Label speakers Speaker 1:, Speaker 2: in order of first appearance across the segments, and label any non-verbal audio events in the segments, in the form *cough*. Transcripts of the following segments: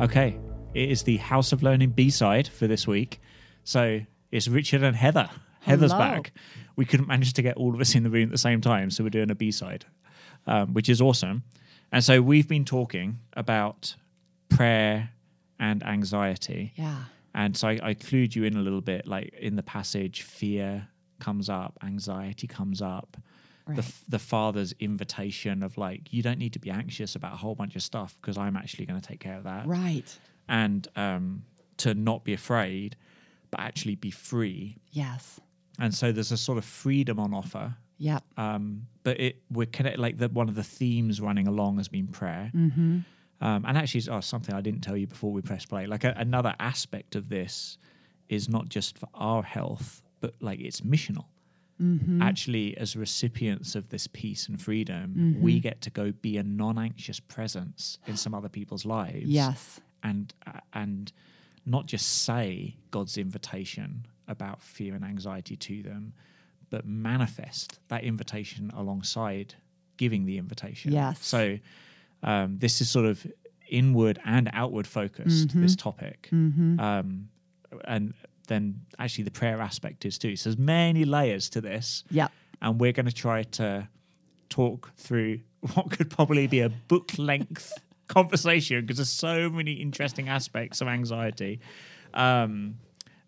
Speaker 1: Okay, it is the House of Learning B side for this week. So it's Richard and Heather. Heather's
Speaker 2: Hello.
Speaker 1: back. We couldn't manage to get all of us in the room at the same time, so we're doing a B side, um, which is awesome. And so we've been talking about prayer and anxiety.
Speaker 2: Yeah.
Speaker 1: And so I, I clued you in a little bit, like in the passage, fear comes up, anxiety comes up. The,
Speaker 2: Right.
Speaker 1: f- the father's invitation of like you don't need to be anxious about a whole bunch of stuff because i'm actually going to take care of that
Speaker 2: Right.
Speaker 1: and um, to not be afraid but actually be free
Speaker 2: Yes.
Speaker 1: and so there's a sort of freedom on offer
Speaker 2: Yep.
Speaker 1: um, but it we're connect like the, one of the themes running along has been prayer mm-hmm. um, and actually oh, something i didn't tell you before we press play like a, another aspect of this is not just for our health but like it's missional actually as recipients of this peace and freedom we get to go be a non-anxious presence in some other people's lives
Speaker 2: Yes.
Speaker 1: and uh, and not just say God's invitation about fear and anxiety to them, but manifest that invitation alongside giving the invitation.
Speaker 2: Yes.
Speaker 1: So um, this is sort of inward and outward focused. This topic, um, and then actually the prayer aspect is too. So there's many layers to this
Speaker 2: Yep.
Speaker 1: and we're going to try to talk through *laughs* what could probably be a book length *laughs* conversation because there's so many interesting aspects of anxiety um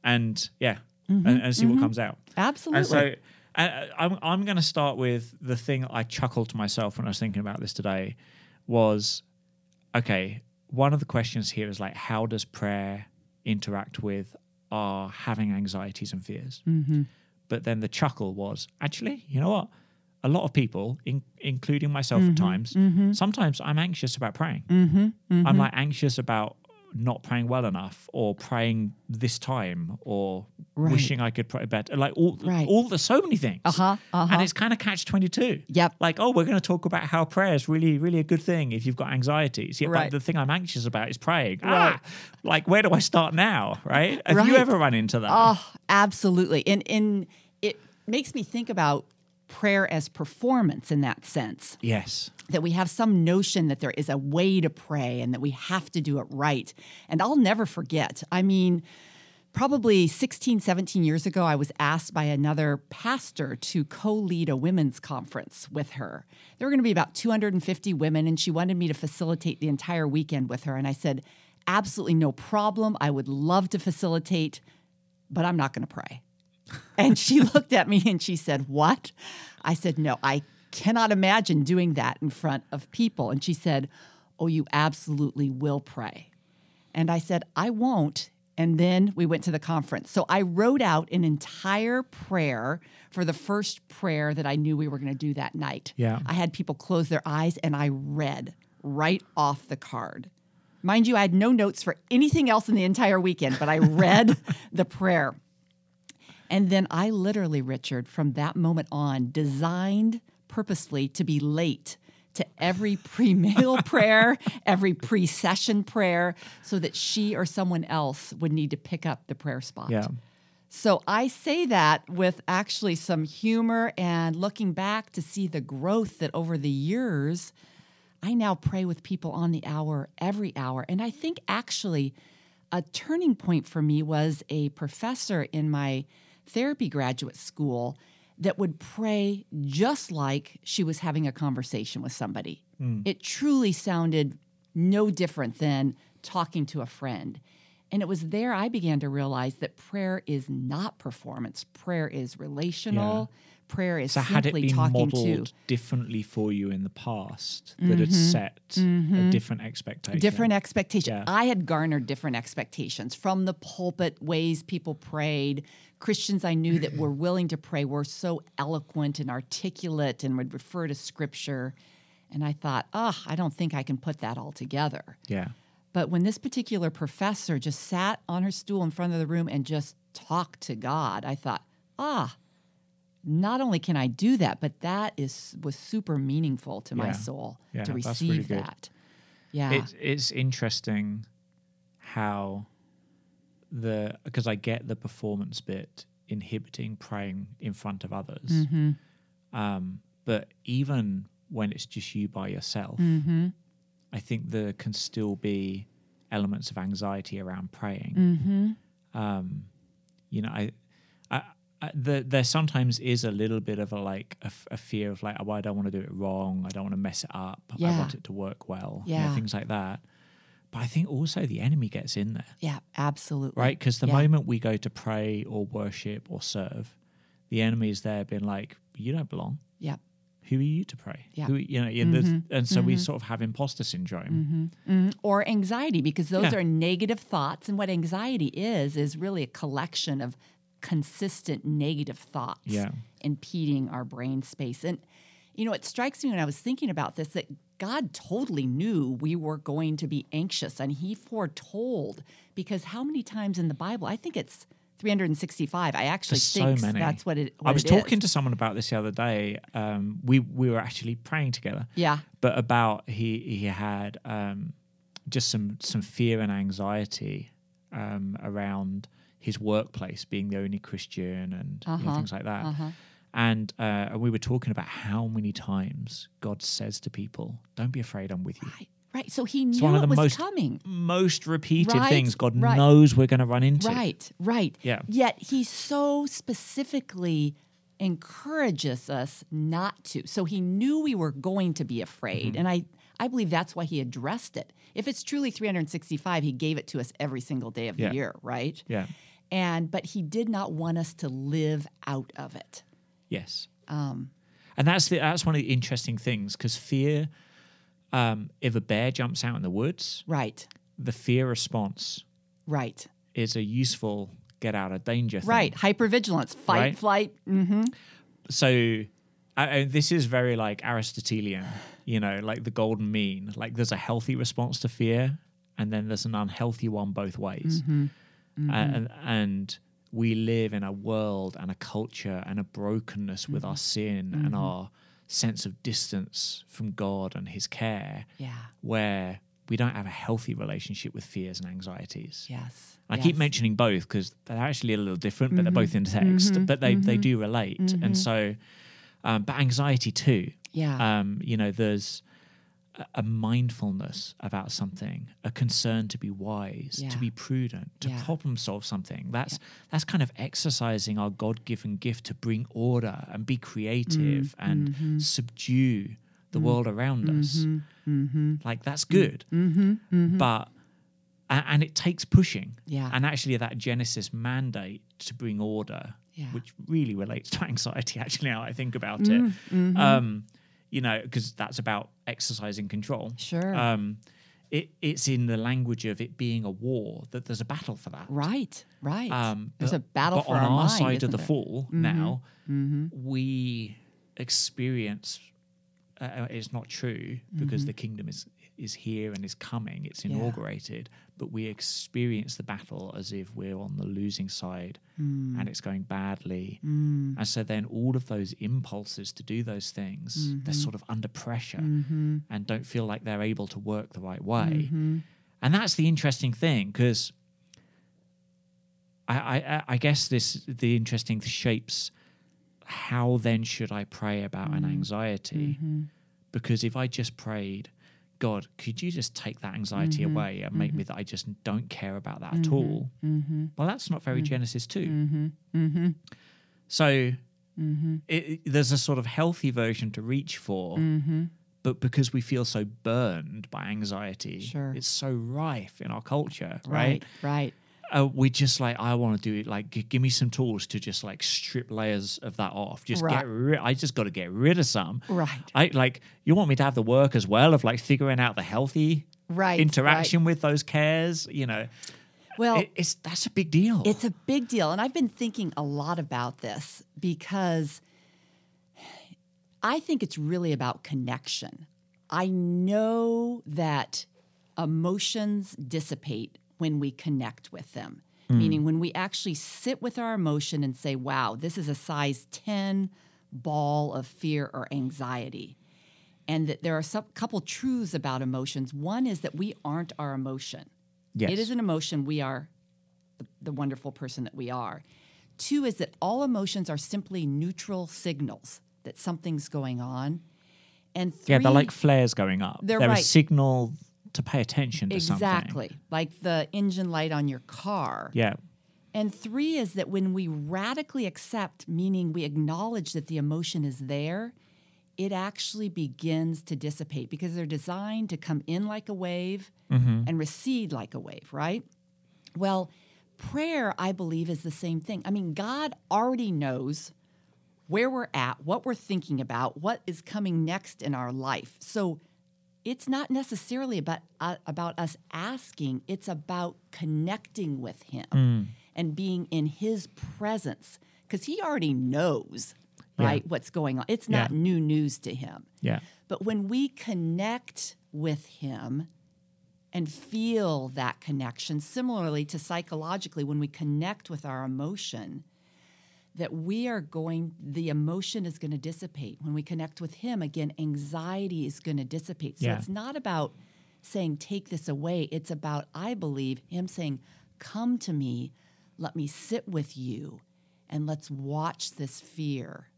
Speaker 1: and yeah and, and see what comes out
Speaker 2: Absolutely.
Speaker 1: and so and uh, I'm, I'm going to start with the thing I chuckled to myself when I was thinking about this today was okay, one of the questions here is like, how does prayer interact with our having anxieties and fears? But then the chuckle was actually, you know what? A lot of people, in, including myself at
Speaker 2: Mm-hmm.
Speaker 1: times, sometimes I'm anxious about praying.
Speaker 2: Mm-hmm.
Speaker 1: I'm like anxious about not praying well enough or praying this time or
Speaker 2: Right.
Speaker 1: wishing I could pray better. Like all,
Speaker 2: Right.
Speaker 1: all the so many things.
Speaker 2: Uh-huh, uh-huh.
Speaker 1: And it's kind of catch 22.
Speaker 2: Yep.
Speaker 1: Like, oh, we're going to talk about how prayer is really, really a good thing if you've got anxieties. Yeah,
Speaker 2: Right.
Speaker 1: but the thing I'm anxious about is praying. Ah,
Speaker 2: Right.
Speaker 1: like, where do I start now? Right. Have you
Speaker 2: Right.
Speaker 1: ever run into that?
Speaker 2: Oh, absolutely. And and it makes me think about prayer as performance in that sense.
Speaker 1: yes.
Speaker 2: That we have some notion that there is a way to pray and that we have to do it right. And I'll never forget. I mean, probably 16, 17 years ago, I was asked by another pastor to co lead a women's conference with her. There were going to be about 250 women, and she wanted me to facilitate the entire weekend with her. And I said, Absolutely no problem. I would love to facilitate, but I'm not going to pray. And she *laughs* looked at me and she said, What? I said, No, I cannot imagine doing that in front of people. And she said, Oh, you absolutely will pray. And I said, I won't. And then we went to the conference. So I wrote out an entire prayer for the first prayer that I knew we were going to do that night.
Speaker 1: Yeah.
Speaker 2: I had people close their eyes and I read right off the card. Mind you, I had no notes for anything else in the entire weekend, but I read the prayer. And then I literally, Richard, from that moment on, designed purposefully to be late to every pre meal prayer, every pre session prayer, so that she or someone else would need to pick up the prayer spot.
Speaker 1: Yeah.
Speaker 2: So I say that with actually some humor and looking back to see the growth that over the years, I now pray with people on the hour, every hour. And I think actually a turning point for me was a professor in my therapy graduate school that would pray just like she was having a conversation with somebody.
Speaker 1: Hmm.
Speaker 2: It truly sounded no different than talking to a friend. And it was there I began to realize that prayer is not performance, prayer is relational. Prayer is
Speaker 1: So had it
Speaker 2: simply
Speaker 1: been
Speaker 2: talking
Speaker 1: modeled
Speaker 2: to Mm-hmm.
Speaker 1: differently for you in the past that had set a different expectation?
Speaker 2: different expectations.
Speaker 1: Yeah.
Speaker 2: I had garnered different expectations from the pulpit, ways people prayed. Christians I knew that were willing to pray were so eloquent and articulate and would refer to scripture. And I thought, oh, I don't think I can put that all together.
Speaker 1: Yeah.
Speaker 2: But when this particular professor just sat on her stool in front of the room and just talked to God, I thought, ah, not only can I do that, but that is was super meaningful to my
Speaker 1: Yeah.
Speaker 2: soul
Speaker 1: Yeah,
Speaker 2: to
Speaker 1: that's really
Speaker 2: receive
Speaker 1: good.
Speaker 2: that. Yeah.
Speaker 1: It's it's interesting how the because I get the performance bit inhibiting praying in front of others,
Speaker 2: Mm-hmm.
Speaker 1: um, but
Speaker 2: Mm-hmm.
Speaker 1: even when it's just you by yourself, I think there can still be elements of anxiety around praying.
Speaker 2: Mm-hmm.
Speaker 1: Um, you know, I, I, I the, there sometimes is a little bit of a like a, f- a fear of like, oh, I don't want to do it wrong. I don't want to mess it up. I
Speaker 2: Yeah.
Speaker 1: want it to work well. you know,
Speaker 2: Yeah.
Speaker 1: things like that. But I think also the enemy gets in there
Speaker 2: Yeah, absolutely.
Speaker 1: right? Because the
Speaker 2: Yeah.
Speaker 1: moment we go to pray or worship or serve, the enemy is there, being like, "You don't belong.
Speaker 2: Yeah.
Speaker 1: Who are you to pray?
Speaker 2: Yeah. Mm-hmm.
Speaker 1: Who you know?" And, there's- and so we sort of have imposter syndrome.
Speaker 2: Or anxiety, because those
Speaker 1: Yeah.
Speaker 2: are negative thoughts. And what anxiety is, is really a collection of consistent negative thoughts
Speaker 1: Yeah.
Speaker 2: impeding our brain space. And, you know, it strikes me when I was thinking about this that God totally knew we were going to be anxious and he foretold, because how many times in the Bible, I think it's 365, I actually
Speaker 1: There's so
Speaker 2: think
Speaker 1: many.
Speaker 2: that's what it
Speaker 1: I
Speaker 2: what
Speaker 1: was
Speaker 2: it is.
Speaker 1: talking to someone about this the other day. Um, we we were actually praying together,
Speaker 2: Yeah.
Speaker 1: but about he he had um, just some some fear and anxiety um, around his workplace being the only Christian and you know,
Speaker 2: Uh-huh,
Speaker 1: things like that. And uh, and we were talking about how many times God says to people, "Don't be afraid, I'm with you."
Speaker 2: Right. Right. So he knew
Speaker 1: one of
Speaker 2: it
Speaker 1: the
Speaker 2: was
Speaker 1: most-
Speaker 2: coming.
Speaker 1: Most repeated
Speaker 2: Right,
Speaker 1: things God
Speaker 2: right.
Speaker 1: knows we're going to run into.
Speaker 2: Right, right.
Speaker 1: Yeah.
Speaker 2: Yet he so specifically encourages us not to. So he knew we were going to be
Speaker 1: Mm-hmm.
Speaker 2: afraid. And I, I believe that's why he addressed it. If it's truly 365, he gave it to us every single day of
Speaker 1: Yeah.
Speaker 2: the year, right?
Speaker 1: Yeah.
Speaker 2: And but he did not want us to live out of it.
Speaker 1: Yes.
Speaker 2: Um,
Speaker 1: And that's the, that's one of the interesting things because fear. Um, if a bear jumps out in the woods,
Speaker 2: right,
Speaker 1: the fear response
Speaker 2: right,
Speaker 1: is a useful get out of danger thing.
Speaker 2: right. Hypervigilance, fight,
Speaker 1: Right. Mm.
Speaker 2: flight. Mm-hmm.
Speaker 1: So I, I- this is very like Aristotelian, you know, like the golden mean. Like there's a healthy response to fear, and then there's an unhealthy one both ways. A- And, and we live in a world and a culture and a brokenness with our sin and our sense of distance from God and His care,
Speaker 2: Yeah.
Speaker 1: where we don't have a healthy relationship with fears and anxieties.
Speaker 2: Yes.
Speaker 1: I keep
Speaker 2: yes. Mm-hmm.
Speaker 1: mentioning both because they're actually a little different, but they're both in text, but they, they do relate. And so, um, but anxiety too.
Speaker 2: Yeah.
Speaker 1: Um, you know, there's a- a mindfulness about something, a concern to be wise,
Speaker 2: Yeah.
Speaker 1: to be prudent, to
Speaker 2: Yeah.
Speaker 1: problem solve something. That's that's kind of exercising our God given gift to bring order and be creative
Speaker 2: Mm.
Speaker 1: and
Speaker 2: Mm-hmm.
Speaker 1: subdue the world around us.
Speaker 2: Mm-hmm.
Speaker 1: Like that's
Speaker 2: Mm.
Speaker 1: good, but a- and it takes pushing.
Speaker 2: Yeah.
Speaker 1: And actually, that Genesis mandate to bring order,
Speaker 2: Yeah. Mm,
Speaker 1: which really relates to *laughs* anxiety, actually, now I think about it,
Speaker 2: mm-hmm.
Speaker 1: um, you know, because that's about exercising control.
Speaker 2: Sure.
Speaker 1: Um, it, it's in the language of it being a war that there's a battle for that.
Speaker 2: right. Right.
Speaker 1: Um,
Speaker 2: There's
Speaker 1: but-
Speaker 2: a battle
Speaker 1: but
Speaker 2: for
Speaker 1: on
Speaker 2: our,
Speaker 1: our,
Speaker 2: mind,
Speaker 1: side
Speaker 2: isn't
Speaker 1: of the
Speaker 2: there? Mm-hmm.
Speaker 1: fall now, we experience. Uh, it's not true because the kingdom is is here and is coming. It's
Speaker 2: Yeah.
Speaker 1: inaugurated, but we experience the battle as if we're on the losing side and it's going badly. And so then all of those impulses to do those things, they're sort of under pressure and don't feel like they're able to work the right way. And that's the interesting thing because I, I, I- I guess this the interesting shapes how then should I pray about an anxiety? Because if I just prayed, God, could you just take that anxiety
Speaker 2: Mm-hmm,
Speaker 1: away and make me that I just don't care about that at all?
Speaker 2: mm-hmm.
Speaker 1: Well, that's not
Speaker 2: Mm.
Speaker 1: very Genesis 2. So
Speaker 2: Mm-hmm.
Speaker 1: It, it- there's a sort of healthy version to reach for.
Speaker 2: Mm-hmm.
Speaker 1: But because we feel so burned by anxiety,
Speaker 2: Sure.
Speaker 1: it's so rife in our culture,
Speaker 2: Right. Right.
Speaker 1: uh, we just like I want to do it. Like, g- give me some tools to just like strip layers of that off. Just
Speaker 2: Right.
Speaker 1: get rid. I just got to get rid of some.
Speaker 2: Right.
Speaker 1: I like you want me to have the work as well of like figuring out the healthy
Speaker 2: Right,
Speaker 1: interaction with those cares. You know,
Speaker 2: Well,
Speaker 1: It- it's that's a big deal.
Speaker 2: it's a big deal. And I've been thinking a lot about this because I think it's really about connection. I know that emotions dissipate when we connect with them,
Speaker 1: Hmm.
Speaker 2: meaning when we actually sit with our emotion and say, wow, this is a size 10 ball of fear or anxiety. And that there are some couple truths about emotions. One is that we aren't our emotion.
Speaker 1: yes.
Speaker 2: It is an emotion. We are the, the wonderful person that we are. Two is that all emotions are simply neutral signals that something's going on. And three,
Speaker 1: yeah, they're like flares going up.
Speaker 2: They're
Speaker 1: They're a
Speaker 2: right.
Speaker 1: signal to pay attention to something.
Speaker 2: Exactly. Like the engine light on your car.
Speaker 1: Yeah.
Speaker 2: And three is that when we radically accept, meaning we acknowledge that the emotion is there, it actually begins to dissipate because they're designed to come in like a wave and recede like a wave, right? Well, prayer, I believe, is the same thing. I mean, God already knows where we're at, what we're thinking about, what is coming next in our life. So it's not necessarily about uh, about us asking; it's about connecting with Him and being in His presence because He already knows, right, what's going on. It's not
Speaker 1: Yeah.
Speaker 2: new news to Him.
Speaker 1: Yeah.
Speaker 2: But when we connect with Him and feel that connection, similarly to psychologically, when we connect with our emotion, that we are going, the emotion is going to dissipate. When we connect with Him, again, anxiety is going to dissipate. So
Speaker 1: Yeah.
Speaker 2: it's not about saying, take this away. It's about, I believe, Him saying, come to me, let me sit with you, and let's watch this fear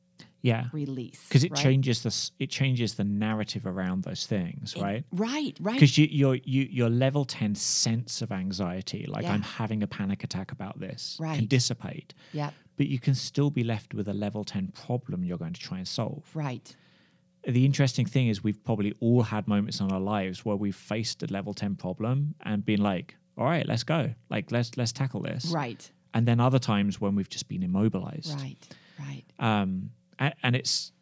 Speaker 1: Yeah.
Speaker 2: release.
Speaker 1: Because it
Speaker 2: right?
Speaker 1: changes the s- it changes the narrative around those things, right?
Speaker 2: Right, right.
Speaker 1: Because you, your you, your level ten sense of anxiety, like
Speaker 2: Yeah.
Speaker 1: I'm having a panic attack about this, can
Speaker 2: Right.
Speaker 1: dissipate.
Speaker 2: Yep.
Speaker 1: But you can still be left with a level ten problem you're going to try and solve.
Speaker 2: Right.
Speaker 1: the interesting thing is we've probably all had moments in our lives where we've faced a level 10 problem and been like all right let's go like let's let's tackle this
Speaker 2: Right.
Speaker 1: and then other times when we've just been immobilized
Speaker 2: Right. Right.
Speaker 1: um and, and it's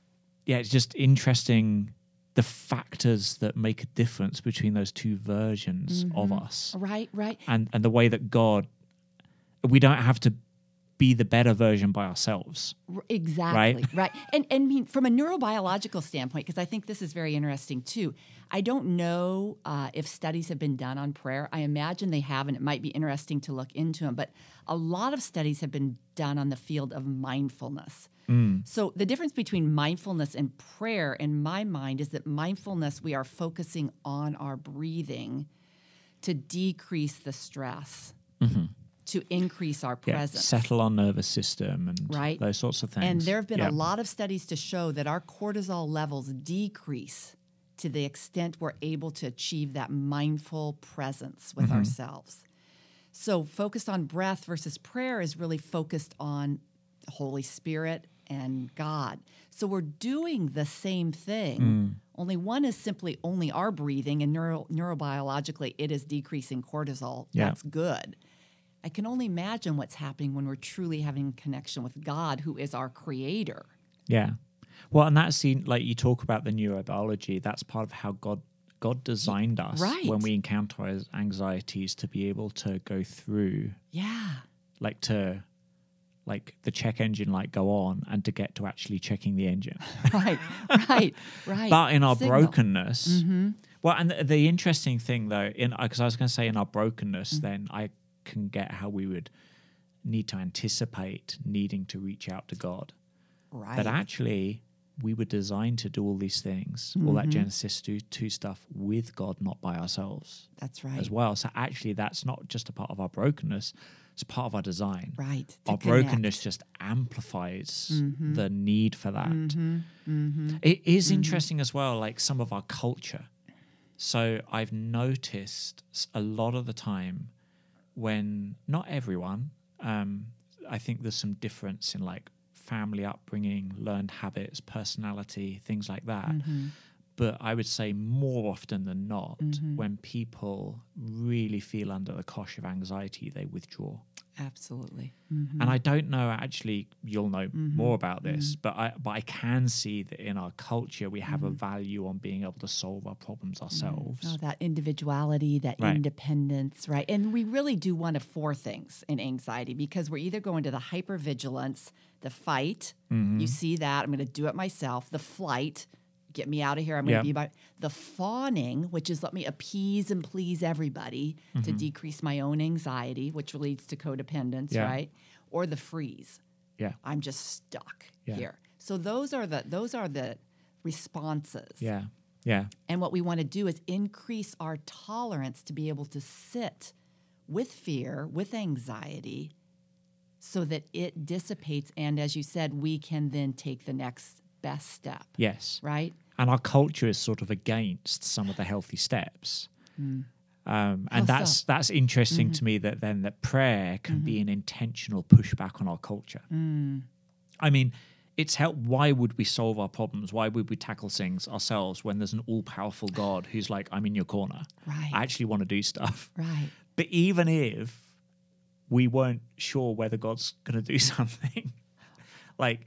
Speaker 1: yeah it's just interesting the factors that make a difference between those two versions of
Speaker 2: Mm-hmm.
Speaker 1: us
Speaker 2: Right. Right.
Speaker 1: and and the way that god we don't have to be the better version by ourselves
Speaker 2: R- Exactly. Right. And and I mean from a neurobiological standpoint, because I think this is very interesting too. I don't know uh, if studies have been done on prayer. I imagine they have, and it might be interesting to look into them. But a lot of studies have been done on the field of mindfulness. So the difference between mindfulness and prayer, in my mind, is that mindfulness we are focusing on our breathing to decrease the stress, to increase our
Speaker 1: yeah
Speaker 2: presence.
Speaker 1: settle our nervous system and
Speaker 2: Right.
Speaker 1: those sorts of things
Speaker 2: And there have been
Speaker 1: Yeah.
Speaker 2: a lot of studies to show that our cortisol levels decrease to the extent we're able to achieve that mindful presence
Speaker 1: Mm-hmm.
Speaker 2: with ourselves. So, focused on breath versus prayer is really focused on the Holy Spirit and God. So, we're doing the same thing.
Speaker 1: Mm.
Speaker 2: Only one is simply only our breathing, and neuro, neurobiologically, it is decreasing cortisol.
Speaker 1: Yeah.
Speaker 2: That's good. I can only imagine what's happening when we're truly having connection with God, who is our creator.
Speaker 1: Yeah. Well, and that's seen like you talk about the neurobiology. That's part of how God God designed us
Speaker 2: right.
Speaker 1: when we encounter his anxieties to be able to go through,
Speaker 2: Yeah. *laughs*
Speaker 1: like to like the check engine light go on and to get to actually checking the engine.
Speaker 2: Right. right. Right.
Speaker 1: But in our
Speaker 2: Signal. Mm-hmm.
Speaker 1: brokenness, well, and the, the interesting thing though, in because I was going to say in our brokenness,
Speaker 2: Mm.
Speaker 1: then I can get how we would need to anticipate needing to reach out to God
Speaker 2: Right.
Speaker 1: that actually we were designed to do all these things, all that
Speaker 2: Mm-hmm.
Speaker 1: Genesis 2, 2 stuff with God, not by ourselves
Speaker 2: That's right.
Speaker 1: as well. So actually, that's not just a part of our brokenness, it's part of our design.
Speaker 2: Right. to
Speaker 1: Our
Speaker 2: connect. Mm-hmm.
Speaker 1: brokenness just amplifies the need for that. It is interesting as well, like some of our culture. So I've noticed s- a lot of the time when not everyone, um, I think there's some difference in like family upbringing, learned habits, personality, things like that.
Speaker 2: Mm-hmm.
Speaker 1: But I would say more often than not,
Speaker 2: Mm-hmm.
Speaker 1: when people really feel under the cosh of anxiety, they withdraw.
Speaker 2: Absolutely. Mm-hmm.
Speaker 1: And
Speaker 2: Mm.
Speaker 1: I don't know actually you'll know more about this, but I but I can see that in our culture we have a value on being able to solve our problems ourselves.
Speaker 2: Mm. Oh, that individuality, that
Speaker 1: Right.
Speaker 2: independence, right? And we really do one of four things in anxiety because we're either going to the hypervigilance, the fight,
Speaker 1: Mm-hmm.
Speaker 2: you see that, I'm going to do it myself, the flight, get me out of here, I'm going
Speaker 1: Yeah.
Speaker 2: to be by, the fawning, which is let me appease and please everybody
Speaker 1: Mm-hmm.
Speaker 2: to decrease my own anxiety, which leads to codependence,
Speaker 1: Yeah.
Speaker 2: right? Or the freeze.
Speaker 1: Yeah.
Speaker 2: I'm just stuck
Speaker 1: Yeah.
Speaker 2: here. So those are the those are the responses.
Speaker 1: Yeah. Yeah.
Speaker 2: And what we want to do is increase our tolerance to be able to sit with fear, with anxiety, so that it dissipates. And as you said, we can then take the next best step,
Speaker 1: Yes.
Speaker 2: right?
Speaker 1: And our culture is sort of against some of the healthy steps. Um,
Speaker 2: Mm. How so?
Speaker 1: and that's that's interesting
Speaker 2: Mm-hmm.
Speaker 1: to me that then that prayer can be an intentional pushback on our culture.
Speaker 2: Mm.
Speaker 1: I mean, it's help. Why would we solve our problems? Why would we tackle things ourselves when there's an all-powerful God who's like, "I'm in your corner.
Speaker 2: Right.
Speaker 1: I actually want to do stuff." *laughs*
Speaker 2: Right.
Speaker 1: But even if we weren't sure whether God's going to do *laughs* something, like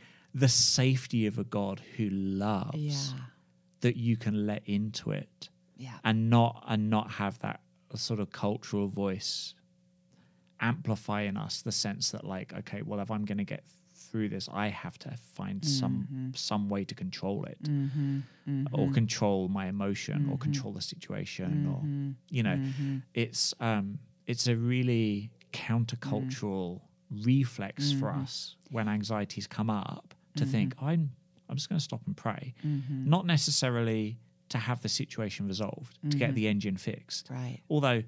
Speaker 1: the safety of a God who loves
Speaker 2: Yeah.
Speaker 1: that you can let into it
Speaker 2: Yeah.
Speaker 1: and not and not have that sort of cultural voice amplify in us the sense that like okay well if i'm going to get through this i have to find some some way to control it or control my emotion or control the situation or you know it's um it's a really countercultural reflex for us when anxieties come up to think i'm i'm just going to stop and pray not necessarily to have the situation resolved to get the engine fixed
Speaker 2: Right.
Speaker 1: although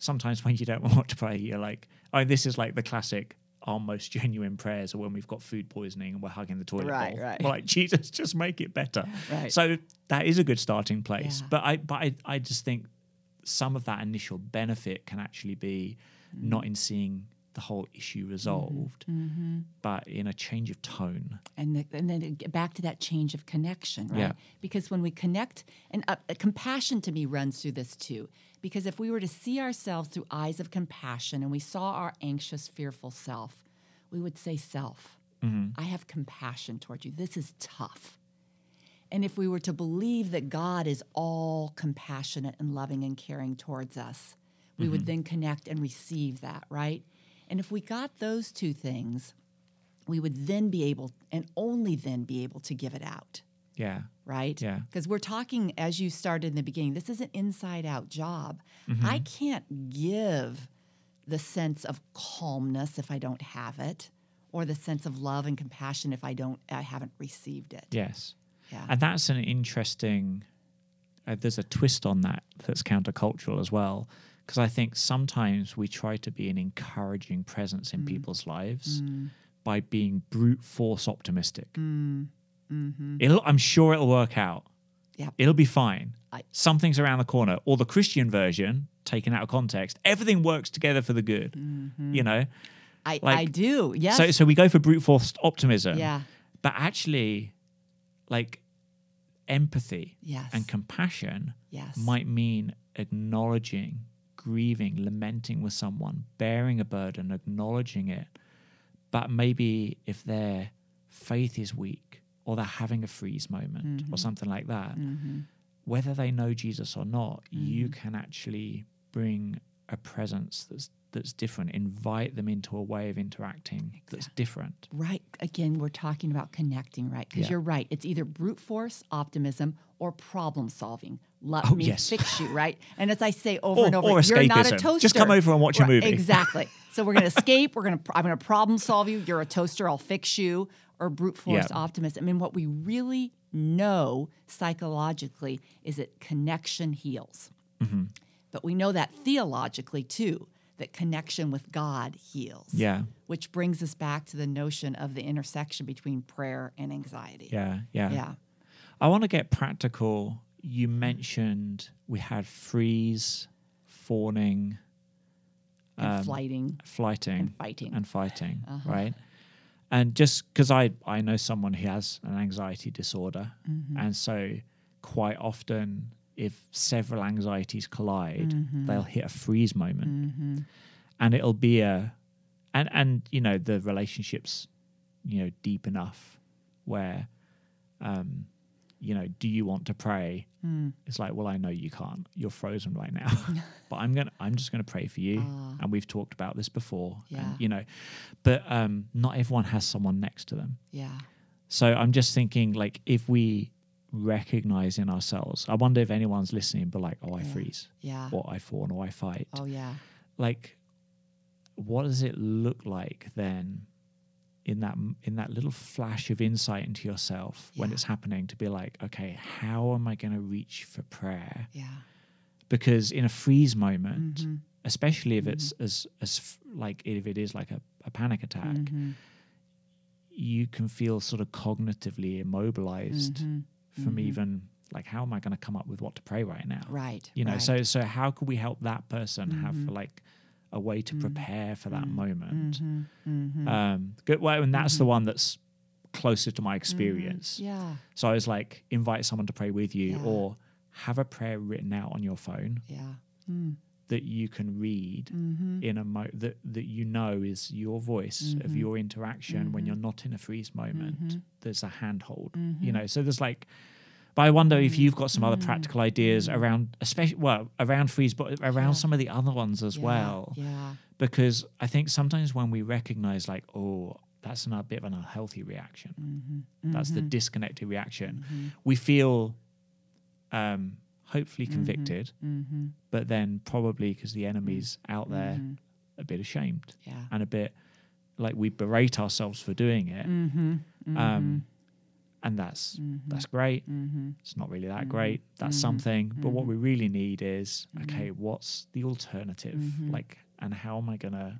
Speaker 1: sometimes when you don't *laughs* want to pray you're like oh this is like the classic our most genuine prayers are when we've got food poisoning and we're hugging the toilet
Speaker 2: Right,
Speaker 1: bowl.
Speaker 2: right.
Speaker 1: We're *laughs* like Jesus, just make it better.
Speaker 2: *laughs* Right.
Speaker 1: So that is a good starting place.
Speaker 2: Yeah.
Speaker 1: But I, but I, I just think some of that initial benefit can actually be
Speaker 2: Mm.
Speaker 1: not in seeing the whole
Speaker 2: Mm-hmm.
Speaker 1: issue resolved, but in a change of tone.
Speaker 2: and the, and then it get back to that change of connection, right?
Speaker 1: Yeah.
Speaker 2: Because when we connect, and uh, uh, compassion to me runs through this too. Because if we were to see ourselves through eyes of compassion, and we saw our anxious, fearful self, we would say, "Self, I have compassion toward you. This is tough." And if we were to believe that God is all compassionate and loving and caring towards us, we would then connect and receive that, right? And if we got those two things, we would then be able and only then be able to give it out,
Speaker 1: Yeah.
Speaker 2: right?
Speaker 1: Yeah.
Speaker 2: Because we're talking, as you started in the beginning, this is an inside out job.
Speaker 1: Mm-hmm.
Speaker 2: I can't give the sense of calmness if I don't have it, or the sense of love and compassion if I don't, I haven't received it.
Speaker 1: Yes.
Speaker 2: Yeah.
Speaker 1: And that's an interesting. Uh, there's a twist on that that's countercultural as well, because I think sometimes we try to be an encouraging presence
Speaker 2: Mm.
Speaker 1: in people's lives by being brute force optimistic.
Speaker 2: Mm.
Speaker 1: It'll, I'm sure it'll work out.
Speaker 2: Mm-hmm. Yep.
Speaker 1: It'll be fine.
Speaker 2: I-
Speaker 1: Something's around the corner. Or the Christian version, taken out of context, everything works together for the good.
Speaker 2: Mm-hmm.
Speaker 1: You know,
Speaker 2: I, I
Speaker 1: Like-
Speaker 2: do. Yes.
Speaker 1: so uh, so we go for brute force optimism.
Speaker 2: Yeah.
Speaker 1: But actually, like empathy
Speaker 2: Yes.
Speaker 1: and compassion
Speaker 2: yes.
Speaker 1: might mean acknowledging, grieving, lamenting with someone, bearing a burden, acknowledging it. But maybe if their faith is weak or they're having a freeze moment or something like that,
Speaker 2: Mm. Mm-hmm.
Speaker 1: whether they know Jesus or not, you can actually bring a presence that's that's different. Invite them into a way of interacting that's different.
Speaker 2: Right. Again, we're talking about connecting, right? Because
Speaker 1: Yeah.
Speaker 2: you're right. It's either brute force, optimism, or problem solving. Let
Speaker 1: Oh,
Speaker 2: me
Speaker 1: yes. *laughs*
Speaker 2: fix you, right? And as I say over and over,
Speaker 1: or
Speaker 2: you're not a
Speaker 1: escapism.
Speaker 2: toaster.
Speaker 1: Just come over and watch a
Speaker 2: Right,
Speaker 1: movie. *laughs*
Speaker 2: Exactly. So we're going to escape. We're going to. I'm going to problem solve you. You're a toaster. I'll fix you. Or brute force
Speaker 1: Yeah.
Speaker 2: optimism. I mean, what we really know psychologically is that connection heals.
Speaker 1: Mm-hmm.
Speaker 2: But we know that theologically too, that connection with God heals.
Speaker 1: Yeah.
Speaker 2: Which brings us back to the notion of the intersection between prayer and anxiety.
Speaker 1: Yeah. Yeah.
Speaker 2: Yeah.
Speaker 1: I want to get practical. You mentioned we had freeze, fawning,
Speaker 2: And
Speaker 1: Um,
Speaker 2: flighting
Speaker 1: flighting,
Speaker 2: and fighting. Uh-huh.
Speaker 1: and fighting, right? And just because I I know someone who has an anxiety disorder,
Speaker 2: Mm-hmm.
Speaker 1: and so quite often if several anxieties collide,
Speaker 2: Mm-hmm.
Speaker 1: they'll hit a freeze moment, and it'll be a and and you know the relationships you know deep enough where um you know do you want to pray
Speaker 2: Mm.
Speaker 1: it's like well i know you can't you're frozen right now *laughs* but i'm gonna i'm just gonna pray for you
Speaker 2: Ah.
Speaker 1: and we've talked about this before
Speaker 2: Yeah.
Speaker 1: and you know but um not everyone has someone next to them
Speaker 2: yeah.
Speaker 1: so i'm just thinking like if we recognize in ourselves i wonder if anyone's listening but like oh i freeze
Speaker 2: Yeah.
Speaker 1: or i fawn or i fight
Speaker 2: Oh yeah.
Speaker 1: like what does it look like then in that in that little flash of insight into yourself when
Speaker 2: Yeah.
Speaker 1: it's happening to be like okay how am i going to reach for prayer
Speaker 2: Yeah.
Speaker 1: because in a freeze moment
Speaker 2: Mm-hmm.
Speaker 1: especially if it's as as f- like if it is like a, a panic attack
Speaker 2: Mm-hmm. Mm-hmm.
Speaker 1: you can feel sort of cognitively immobilized from even like how am I going to come up with what to pray right now?
Speaker 2: Right.
Speaker 1: You know,
Speaker 2: right. Mm-hmm.
Speaker 1: so so how can we help that person have like a way to prepare for that moment?
Speaker 2: Mm-hmm. Mm.
Speaker 1: Um, good. Well, and that's the one that's closer to
Speaker 2: Mm-hmm.
Speaker 1: my experience.
Speaker 2: Yeah.
Speaker 1: So I was like, invite someone to pray with you,
Speaker 2: Yeah.
Speaker 1: or have a prayer written out on your phone
Speaker 2: Yeah. Mm-hmm.
Speaker 1: that you can read in a mo that that you know is your voice
Speaker 2: Mm-hmm.
Speaker 1: of your interaction when you're not in a freeze moment. There's a handhold,
Speaker 2: Mm-hmm.
Speaker 1: you know. So there's like, but I wonder if you've got some other practical ideas
Speaker 2: Mm-hmm.
Speaker 1: around, especially well, around freeze, but around some of the other ones as
Speaker 2: yeah,
Speaker 1: well,
Speaker 2: Yeah.
Speaker 1: because I think sometimes when we recognize like, oh, that's a bit of an unhealthy reaction.
Speaker 2: Mm-hmm.
Speaker 1: That's the disconnected reaction. We feel um, hopefully convicted,
Speaker 2: Mm-hmm.
Speaker 1: but then probably because the enemy's out there, a bit ashamed
Speaker 2: Yeah.
Speaker 1: and a bit like we berate ourselves for doing it.
Speaker 2: Mm-hmm,
Speaker 1: Um, and that's that's great.
Speaker 2: Mm-hmm.
Speaker 1: It's not really that great. That's something. But what we really need is
Speaker 2: Mm-hmm.
Speaker 1: okay. What's the alternative? Like, and how am I gonna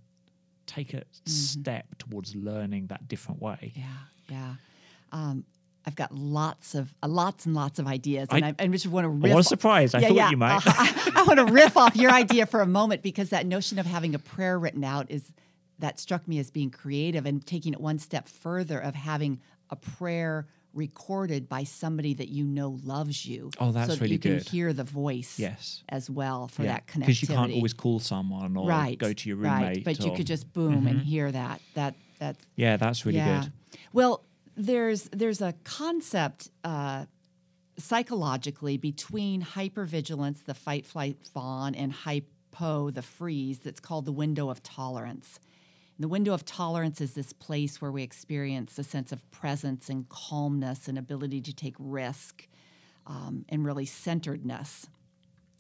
Speaker 1: take a
Speaker 2: Mm-hmm.
Speaker 1: step towards learning that different way?
Speaker 2: Yeah, yeah. Um, I've got lots of uh, lots and lots of ideas, and I, I, just want to riff.
Speaker 1: What a
Speaker 2: off-
Speaker 1: surprise! I thought you might.
Speaker 2: Uh-huh. I, want to riff off your idea for a moment because that notion of having a prayer written out is that struck me as being creative and taking it one step further of having a prayer recorded by somebody that you know loves you.
Speaker 1: Oh, that's
Speaker 2: so that
Speaker 1: really
Speaker 2: you can
Speaker 1: good.
Speaker 2: hear the voice.
Speaker 1: Yes.
Speaker 2: As well for that connectivity
Speaker 1: because you can't always call someone or
Speaker 2: right,
Speaker 1: go to your roommate.
Speaker 2: right. But you
Speaker 1: or- Mm-hmm.
Speaker 2: could just boom and hear that. That that
Speaker 1: yeah, that's really good.
Speaker 2: Well, there's there's a concept uh, psychologically between hypervigilance, the fight, flight, fawn, and hypo, the freeze, that's called the window of tolerance. And the window of tolerance is this place where we experience a sense of presence and calmness and ability to take risk um, and really centeredness.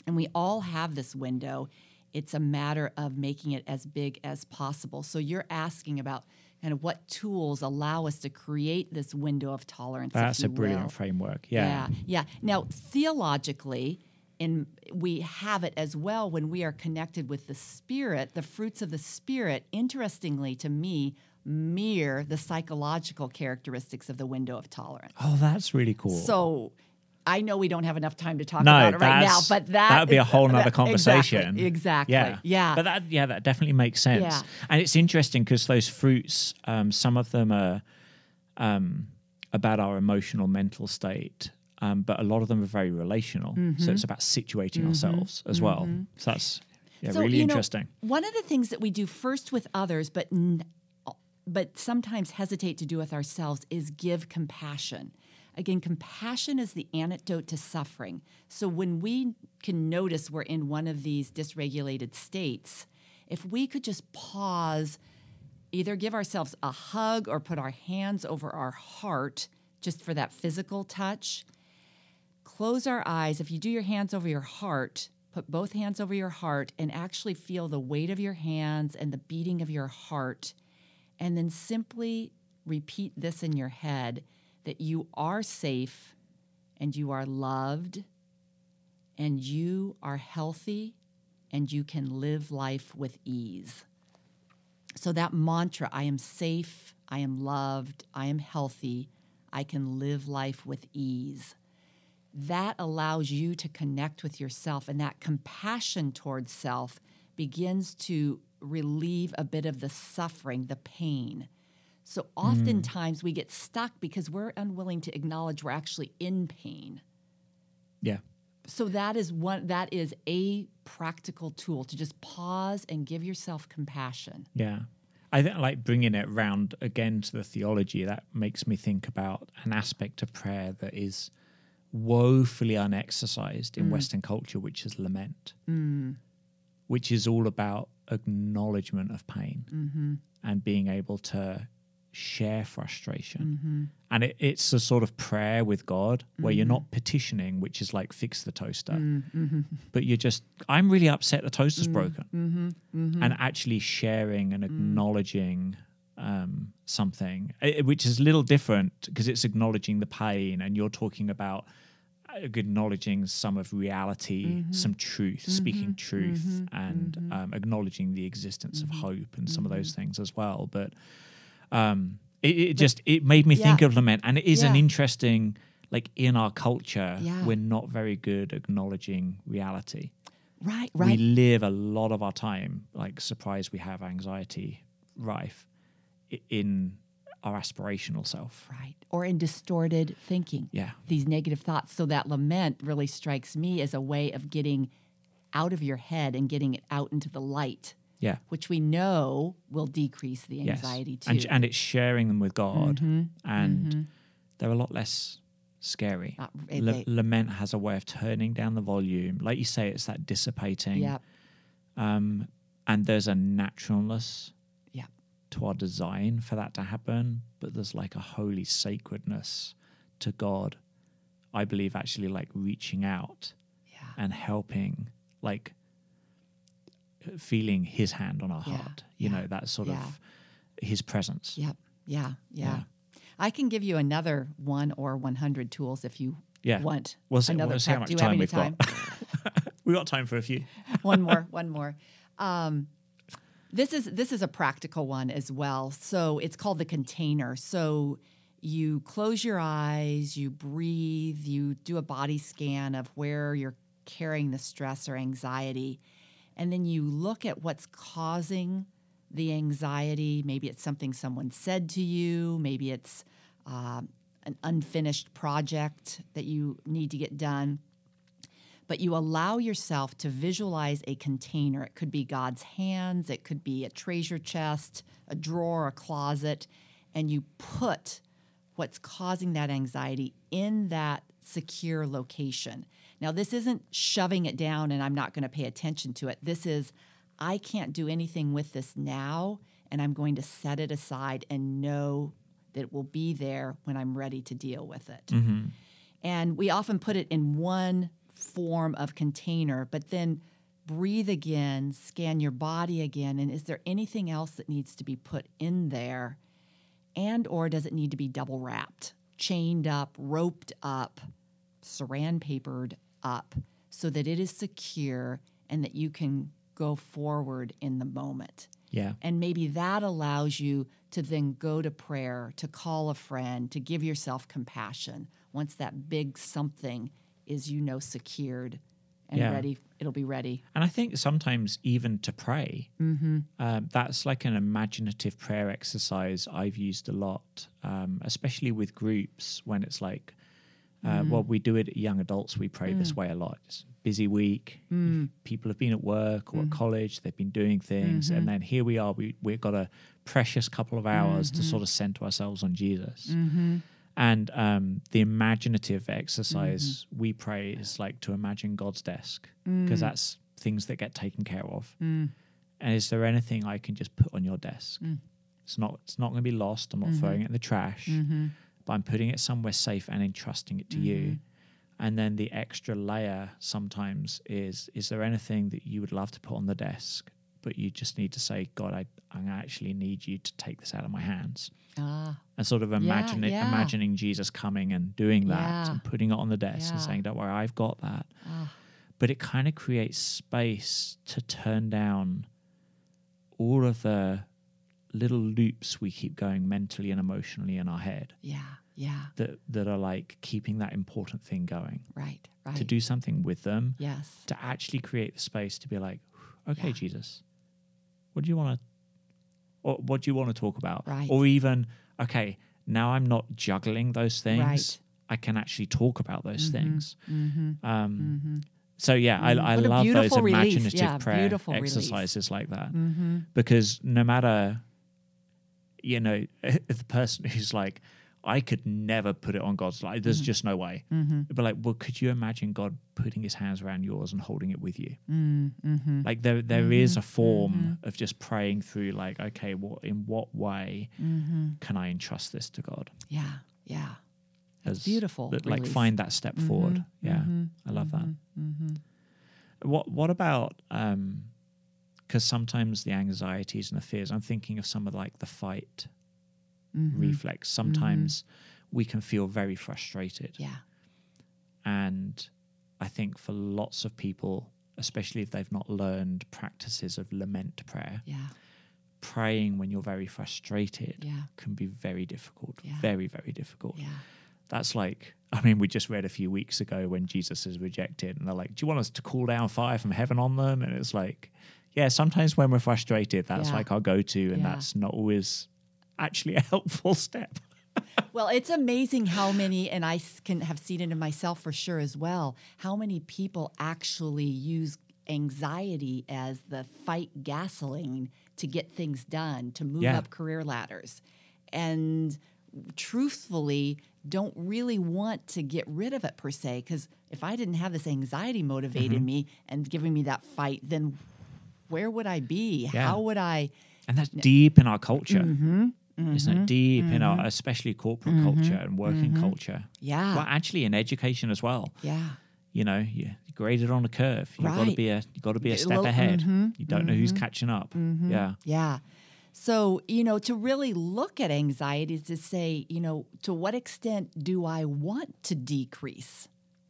Speaker 2: And we all have this window. It's a matter of making it as big as possible. So you're asking about kind of what tools allow us to create this window of tolerance. if
Speaker 1: That's a
Speaker 2: you
Speaker 1: brilliant
Speaker 2: will.
Speaker 1: framework. Yeah.
Speaker 2: yeah, yeah. Now theologically, and we have it as well when we are connected with the spirit. The fruits of the spirit, interestingly to me, mirror the psychological characteristics of the window of tolerance.
Speaker 1: Oh, that's really cool.
Speaker 2: So I know we don't have enough time to talk
Speaker 1: no,
Speaker 2: about it right now,
Speaker 1: that's-
Speaker 2: but that
Speaker 1: would be a
Speaker 2: is-
Speaker 1: whole nother
Speaker 2: that-
Speaker 1: conversation.
Speaker 2: Exactly. exactly.
Speaker 1: Yeah.
Speaker 2: Yeah.
Speaker 1: But that yeah, that definitely makes sense.
Speaker 2: Yeah.
Speaker 1: And it's interesting because those fruits, um, some of them are um, about our emotional mental state. Um, but a lot of them are very relational.
Speaker 2: Mm-hmm.
Speaker 1: So it's about situating ourselves as well. So that's yeah,
Speaker 2: so,
Speaker 1: really
Speaker 2: you know,
Speaker 1: interesting.
Speaker 2: One of the things that we do first with others, but n- but sometimes hesitate to do with ourselves, is give compassion. Again, compassion is the antidote to suffering. So when we can notice we're in one of these dysregulated states, if we could just pause either give ourselves a hug or put our hands over our heart just for that physical touch. Close our eyes. If you do your hands over your heart, put both hands over your heart and actually feel the weight of your hands and the beating of your heart. And then simply repeat this in your head that you are safe and you are loved and you are healthy and you can live life with ease. So that mantra, I am safe, I am loved, I am healthy, I can live life with ease. That allows you to connect with yourself, and that compassion towards self begins to relieve a bit of the suffering, the pain. So oftentimes we get stuck because we're unwilling to acknowledge we're actually in pain
Speaker 1: Yeah.
Speaker 2: so that is one that is a practical tool to just pause and give yourself compassion
Speaker 1: Yeah. I think like bringing it round again to the theology, that makes me think about an aspect of prayer that is woefully unexercised in Western culture, which is lament, which is all about acknowledgement of pain and being able to share frustration. And it, it's a sort of prayer with God where you're not petitioning, which is like fix the toaster, but you're just, I'm really upset the toaster's
Speaker 2: Mm,
Speaker 1: broken
Speaker 2: mm-hmm,
Speaker 1: and actually sharing and acknowledging um, something, eh, which is a little different because it's acknowledging the pain, and you're talking about uh, acknowledging some of reality,
Speaker 2: Mm-hmm.
Speaker 1: some truth, speaking truth, and Um, acknowledging the existence
Speaker 2: Mm-hmm,
Speaker 1: of hope and some of those things as well. But um, it, it just it made me think
Speaker 2: Yeah.
Speaker 1: of lament, and it is an
Speaker 2: Yeah.
Speaker 1: interesting like in our culture,
Speaker 2: Yeah.
Speaker 1: we're not very good acknowledging reality.
Speaker 2: Right, right.
Speaker 1: We live a lot of our time, like surprised we have anxiety rife i- in our aspirational self.
Speaker 2: Right. Or in distorted thinking.
Speaker 1: Yeah.
Speaker 2: These negative thoughts. So that lament really strikes me as a way of getting out of your head and getting it out into the light,
Speaker 1: Yeah.
Speaker 2: which we know will decrease the
Speaker 1: Yes.
Speaker 2: anxiety too. Mm-hmm.
Speaker 1: And, and it's sharing them with God, and they're a lot less scary.
Speaker 2: Not-
Speaker 1: L-
Speaker 2: Uh, they-
Speaker 1: Lament has a way of turning down the volume. Like you say, it's that dissipating.
Speaker 2: Yep.
Speaker 1: Um, and there's a naturalness
Speaker 2: Yep.
Speaker 1: to our design for that to happen, but there's like a holy sacredness to God. I believe actually like reaching out
Speaker 2: Yeah.
Speaker 1: and helping, like feeling His hand on our
Speaker 2: Yeah,
Speaker 1: heart. You know that sort
Speaker 2: yeah.
Speaker 1: of His presence.
Speaker 2: Yep. Yeah. Yeah.
Speaker 1: Yeah.
Speaker 2: I can give you another one or 100 tools if you
Speaker 1: Yeah.
Speaker 2: want
Speaker 1: We'll see,
Speaker 2: another
Speaker 1: we'll see how
Speaker 2: prep.
Speaker 1: much
Speaker 2: Do you have
Speaker 1: time
Speaker 2: any
Speaker 1: we've
Speaker 2: time?
Speaker 1: got. *laughs* we've got time for a
Speaker 2: *laughs*
Speaker 1: few.
Speaker 2: one more, one more. Um, this is this is a practical one as well. So it's called the container. So you close your eyes, you breathe, you do a body scan of where you're carrying the stress or anxiety, and then you look at what's causing the anxiety. Maybe it's something someone said to you. Maybe it's um an unfinished project that you need to get done but you allow yourself to visualize a container. It could be God's hands, it could be a treasure chest, a drawer, a closet, and you put what's causing that anxiety in that secure location. Now, this isn't shoving it down and I'm not going to pay attention to it. This is, I can't do anything with this now, and I'm going to set it aside and know that it will be there when I'm ready to deal with it. And we often put it in one form of container, but then breathe again, scan your body again, and is there anything else that needs to be put in there? And or does it need to be double wrapped, chained up, roped up, saran papered up so that it is secure and that you can go forward in the moment?
Speaker 1: Yeah.
Speaker 2: And maybe that allows you to then go to prayer, to call a friend, to give yourself compassion once that big something is, you know, secured and
Speaker 1: Yeah.
Speaker 2: ready. It'll be ready.
Speaker 1: And I think sometimes even to pray, um, that's like an imaginative prayer exercise I've used a lot, um, especially with groups when it's like, uh, well, we do it at young adults, we pray this way a lot. It's busy week, people have been at work or at college, they've been doing things. And then here we are, we, we've got a precious couple of hours to sort of center ourselves on Jesus. And um, the imaginative exercise we pray is like to imagine God's desk because that's things that get taken care of. And is there anything I can just put on your desk? It's not. It's not going to be lost. I'm not throwing it in the trash, but I'm putting it somewhere safe and entrusting it to you. And then the extra layer sometimes is: is there anything that you would love to put on the desk, but you just need to say, God, I, I actually need you to take this out of my hands
Speaker 2: Ah,
Speaker 1: and sort of imagine it,
Speaker 2: yeah.
Speaker 1: imagining Jesus coming and doing that
Speaker 2: Yeah.
Speaker 1: and putting it on the desk and
Speaker 2: Yeah.
Speaker 1: saying, "Don't worry, I've got that."
Speaker 2: ah,
Speaker 1: But it kind of creates space to turn down all of the little loops we keep going mentally and emotionally in our head
Speaker 2: yeah, yeah,
Speaker 1: that that are like keeping that important thing going.
Speaker 2: right, right.
Speaker 1: To do something with them,
Speaker 2: yes,
Speaker 1: to actually create the space to be like, "Okay,
Speaker 2: Yeah.
Speaker 1: Jesus, what do you want to?" Or what do you want to talk about?
Speaker 2: Right.
Speaker 1: Or even, okay, now I'm not juggling those things.
Speaker 2: Right. Mm-hmm.
Speaker 1: I can actually talk about those things. Um, So yeah, I, I
Speaker 2: What a
Speaker 1: love those
Speaker 2: beautiful release.
Speaker 1: imaginative
Speaker 2: Yeah,
Speaker 1: prayer
Speaker 2: beautiful release.
Speaker 1: exercises like that
Speaker 2: Mm-hmm.
Speaker 1: because no matter, you know, *laughs* the person who's like, I could never put it on God's life. There's
Speaker 2: Mm-hmm.
Speaker 1: just no way. But like, well, could you imagine God putting His hands around yours and holding it with you?
Speaker 2: Mm-hmm.
Speaker 1: Like there, there is a form of just praying through, like, okay, what in what way
Speaker 2: Mm-hmm.
Speaker 1: can I entrust this to God?
Speaker 2: yeah, yeah.
Speaker 1: That's
Speaker 2: beautiful
Speaker 1: like
Speaker 2: release. Mm-hmm.
Speaker 1: find that step forward. Yeah, I love that. What What about? um Because sometimes the anxieties and the fears. I'm thinking of some of like the fight
Speaker 2: mm-hmm,
Speaker 1: reflex. Sometimes we can feel very frustrated,
Speaker 2: Yeah,
Speaker 1: and I think for lots of people, especially if they've not learned practices of lament prayer,
Speaker 2: yeah,
Speaker 1: praying when you're very frustrated
Speaker 2: yeah,
Speaker 1: can be very difficult.
Speaker 2: Yeah.
Speaker 1: Very very difficult
Speaker 2: yeah.
Speaker 1: that's like I mean, we just read a few weeks ago when Jesus is rejected, and they're like, "Do you want us to call down fire from heaven on them?" And it's like, yeah, sometimes when we're frustrated, that's
Speaker 2: Yeah.
Speaker 1: like our go-to, and
Speaker 2: Yeah.
Speaker 1: that's not always actually a *laughs* helpful step.
Speaker 2: Well, it's amazing how many, and I s- can have seen it in myself for sure as well, how many people actually use anxiety as the fight gasoline to get things done, to move
Speaker 1: Yeah.
Speaker 2: up career ladders. And truthfully, don't really want to get rid of it per se, because if I didn't have this anxiety motivating
Speaker 1: Mm-hmm.
Speaker 2: me and giving me that fight, then where would I be?
Speaker 1: Yeah.
Speaker 2: How would I?
Speaker 1: and that's deep in our culture,
Speaker 2: Mm-hmm.
Speaker 1: isn't it? Deep in our, especially corporate culture and working culture.
Speaker 2: Mm-hmm. Yeah.
Speaker 1: Well, actually, in education as well.
Speaker 2: Yeah.
Speaker 1: You know, you you're graded on a curve. You've got to
Speaker 2: Right.
Speaker 1: be a you got to be a
Speaker 2: Get a
Speaker 1: step
Speaker 2: little- mm-hmm.
Speaker 1: ahead. You don't know who's catching up. Yeah.
Speaker 2: Yeah. So, you know, to really look at anxiety is to say, you know, to what extent do I want to decrease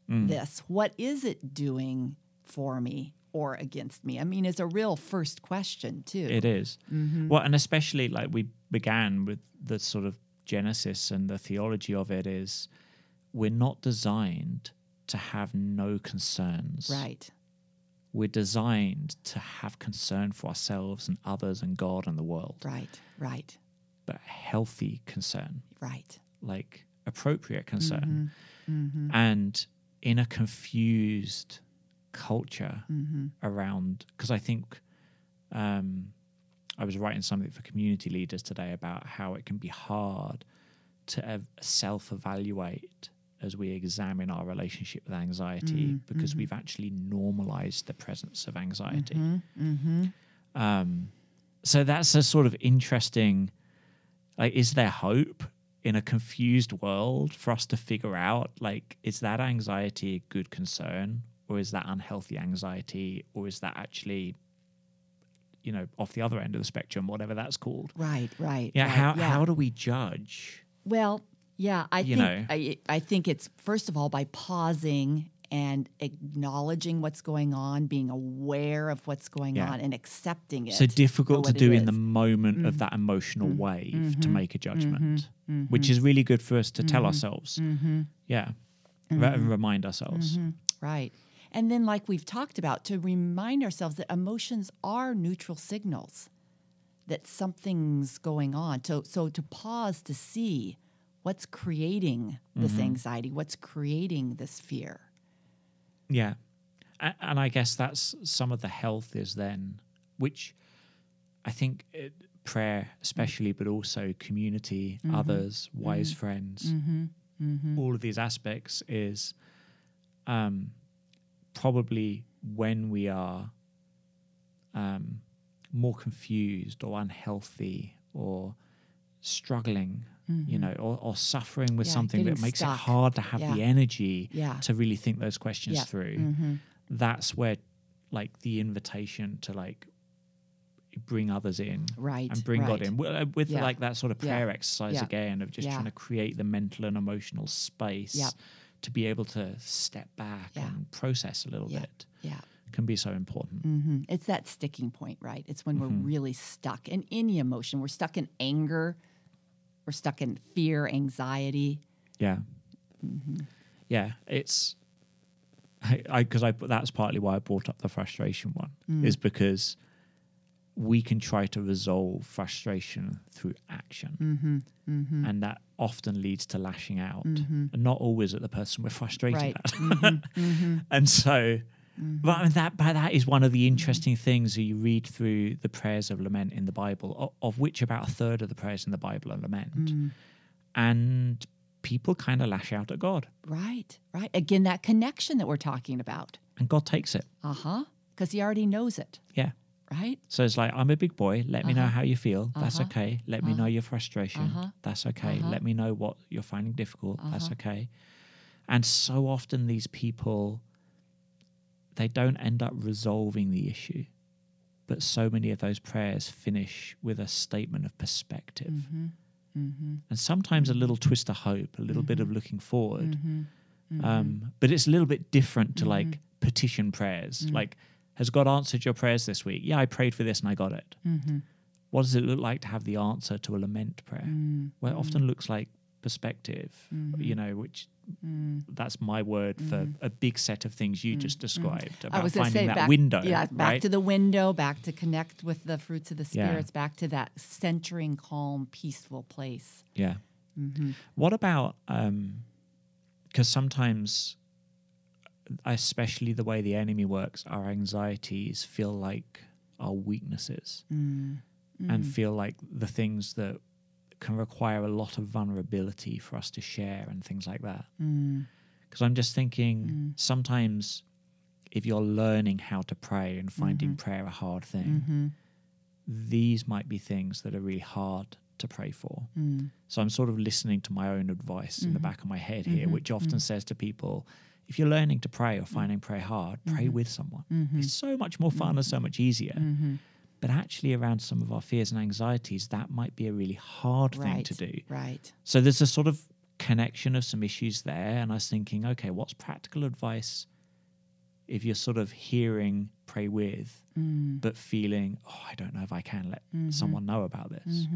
Speaker 1: Mm.
Speaker 2: this? What is it doing for me or against me? I mean, it's a real first question, too.
Speaker 1: It is.
Speaker 2: Mm-hmm.
Speaker 1: Well, and especially like we began with the sort of genesis and the theology of it is we're not designed to have no concerns.
Speaker 2: right.
Speaker 1: We're designed to have concern for ourselves and others and God and the world,
Speaker 2: Right. Right.
Speaker 1: but healthy concern,
Speaker 2: Right.
Speaker 1: like appropriate concern. And in a confused culture around, because I think um, I was writing something for community leaders today about how it can be hard to ev- self evaluate as we examine our relationship with anxiety because we've actually normalized the presence of anxiety. Um, so that's a sort of interesting like is there hope in a confused world for us to figure out like is that anxiety a good concern or is that unhealthy anxiety or is that actually you know off the other end of the spectrum whatever that's called
Speaker 2: Right. Right.
Speaker 1: yeah
Speaker 2: right,
Speaker 1: how how do we judge
Speaker 2: Well, yeah, I
Speaker 1: You
Speaker 2: think
Speaker 1: know.
Speaker 2: I, I think it's first of all by pausing and acknowledging what's going on, being aware of what's going
Speaker 1: Yeah.
Speaker 2: on, and accepting it.
Speaker 1: so
Speaker 2: for
Speaker 1: difficult to
Speaker 2: what it
Speaker 1: do in the
Speaker 2: is. Mm. Mm-hmm.
Speaker 1: moment of that emotional wave to make a judgment which is really good for us to tell ourselves
Speaker 2: Mm-hmm.
Speaker 1: yeah Re- and remind ourselves
Speaker 2: Right. And then, like we've talked about, to remind ourselves that emotions are neutral signals, that something's going on. So, so to pause to see what's creating this
Speaker 1: Mm-hmm.
Speaker 2: anxiety, what's creating this fear.
Speaker 1: Yeah. A- And I guess that's some of the health is then, which I think it, prayer, especially, but also community,
Speaker 2: Mm-hmm.
Speaker 1: others, wise friends, all of these aspects is um, probably when we are um, more confused or unhealthy or struggling,
Speaker 2: Mm-hmm.
Speaker 1: you know, or, or suffering with
Speaker 2: Yeah,
Speaker 1: something that
Speaker 2: getting
Speaker 1: makes it
Speaker 2: stuck.
Speaker 1: hard to have the
Speaker 2: Yeah.
Speaker 1: energy
Speaker 2: Yeah. Mm-hmm.
Speaker 1: to really think those questions
Speaker 2: Yeah. Mm.
Speaker 1: through that's where like the invitation to like bring others in
Speaker 2: Right.
Speaker 1: and bring god
Speaker 2: right.
Speaker 1: in with, uh, with
Speaker 2: Yeah.
Speaker 1: like that sort of
Speaker 2: Yeah.
Speaker 1: prayer exercise
Speaker 2: Yeah.
Speaker 1: again of just
Speaker 2: Yeah.
Speaker 1: trying to create the mental and emotional space
Speaker 2: Yep.
Speaker 1: to be able to step back
Speaker 2: Yeah.
Speaker 1: and process a little
Speaker 2: Yeah.
Speaker 1: bit
Speaker 2: Yeah.
Speaker 1: can be so important
Speaker 2: hmm It's that sticking point, right? It's when
Speaker 1: Mm-hmm.
Speaker 2: we're really stuck in any emotion. We're stuck in anger, we're stuck in fear, anxiety.
Speaker 1: Yeah. Yeah. It's I because I, put that's partly why I brought up the frustration one is because we can try to resolve frustration through action, and that often leads to lashing out, and not always at the person we're frustrated
Speaker 2: Right.
Speaker 1: *laughs* at. and so, but I mean, that but that is one of the interesting things that you read through the prayers of lament in the Bible, of, of which about a third of the prayers in the Bible are lament and people kind of lash out at God,
Speaker 2: Right, right. Again, that connection that we're talking about.
Speaker 1: and God takes it.
Speaker 2: Uh huh. Because he already knows it,
Speaker 1: Yeah.
Speaker 2: right?
Speaker 1: So it's like, I'm a big boy. Let me know how you feel. That's
Speaker 2: Uh-huh.
Speaker 1: okay. Let me know your frustration. That's okay. Let me know what you're finding difficult. That's
Speaker 2: Uh-huh.
Speaker 1: okay. And so often these people, they don't end up resolving the issue. But so many of those prayers finish with a statement of perspective.
Speaker 2: Mm-hmm.
Speaker 1: And sometimes a little twist of hope, a little bit
Speaker 2: Mm-hmm.
Speaker 1: of looking forward. Um, but it's a little bit different to
Speaker 2: Mm-hmm.
Speaker 1: like petition prayers.
Speaker 2: Mm.
Speaker 1: Like, has God answered your prayers this week? Yeah, I prayed for this and I got
Speaker 2: mm-hmm. Mm,
Speaker 1: it. What does it look like to have the answer to a lament prayer? Well, it often looks like perspective,
Speaker 2: Mm-hmm.
Speaker 1: you know, which
Speaker 2: Mm.
Speaker 1: that's my word for a big set of things you just described about
Speaker 2: I was going to
Speaker 1: finding
Speaker 2: say
Speaker 1: that
Speaker 2: back,
Speaker 1: window.
Speaker 2: yeah, back
Speaker 1: right?
Speaker 2: to the window, back to connect with the fruits of the
Speaker 1: Yeah.
Speaker 2: spirits, back to that centering, calm, peaceful place.
Speaker 1: Yeah. What about um because sometimes especially the way the enemy works our anxieties feel like our weaknesses and feel like the things that can require a lot of vulnerability for us to share and things like that.
Speaker 2: Mm,
Speaker 1: Cuz I'm just thinking sometimes if you're learning how to pray and finding prayer a hard thing these might be things that are really hard to pray for. So I'm sort of listening to my own advice in the back of my head here, which often says to people, if you're learning to pray or finding prayer hard, pray with someone. It's so much more fun and so much easier. But actually, around some of our fears and anxieties, that might be a really hard
Speaker 2: right.
Speaker 1: thing to do.
Speaker 2: Right.
Speaker 1: So there's a sort of connection of some issues there. And I was thinking, okay, what's practical advice if you're sort of hearing pray with, but feeling, oh, I don't know if I can let someone know about this?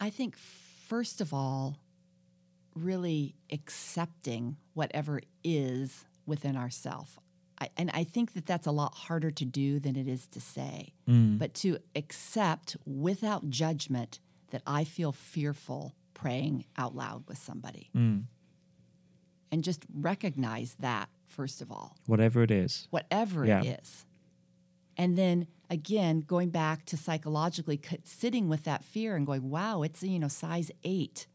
Speaker 2: I think, first of all, really accepting whatever is within ourself. I, and I think that that's a lot harder to do than it is to say.
Speaker 1: Mm-hmm. Mm.
Speaker 2: But to accept without judgment that I feel fearful praying out loud with somebody.
Speaker 1: Mm.
Speaker 2: And just recognize that, first of all
Speaker 1: Whatever it is.
Speaker 2: whatever
Speaker 1: Yeah.
Speaker 2: it is. And then again, going back to psychologically c- sitting with that fear and going, wow, it's, you know, size eight.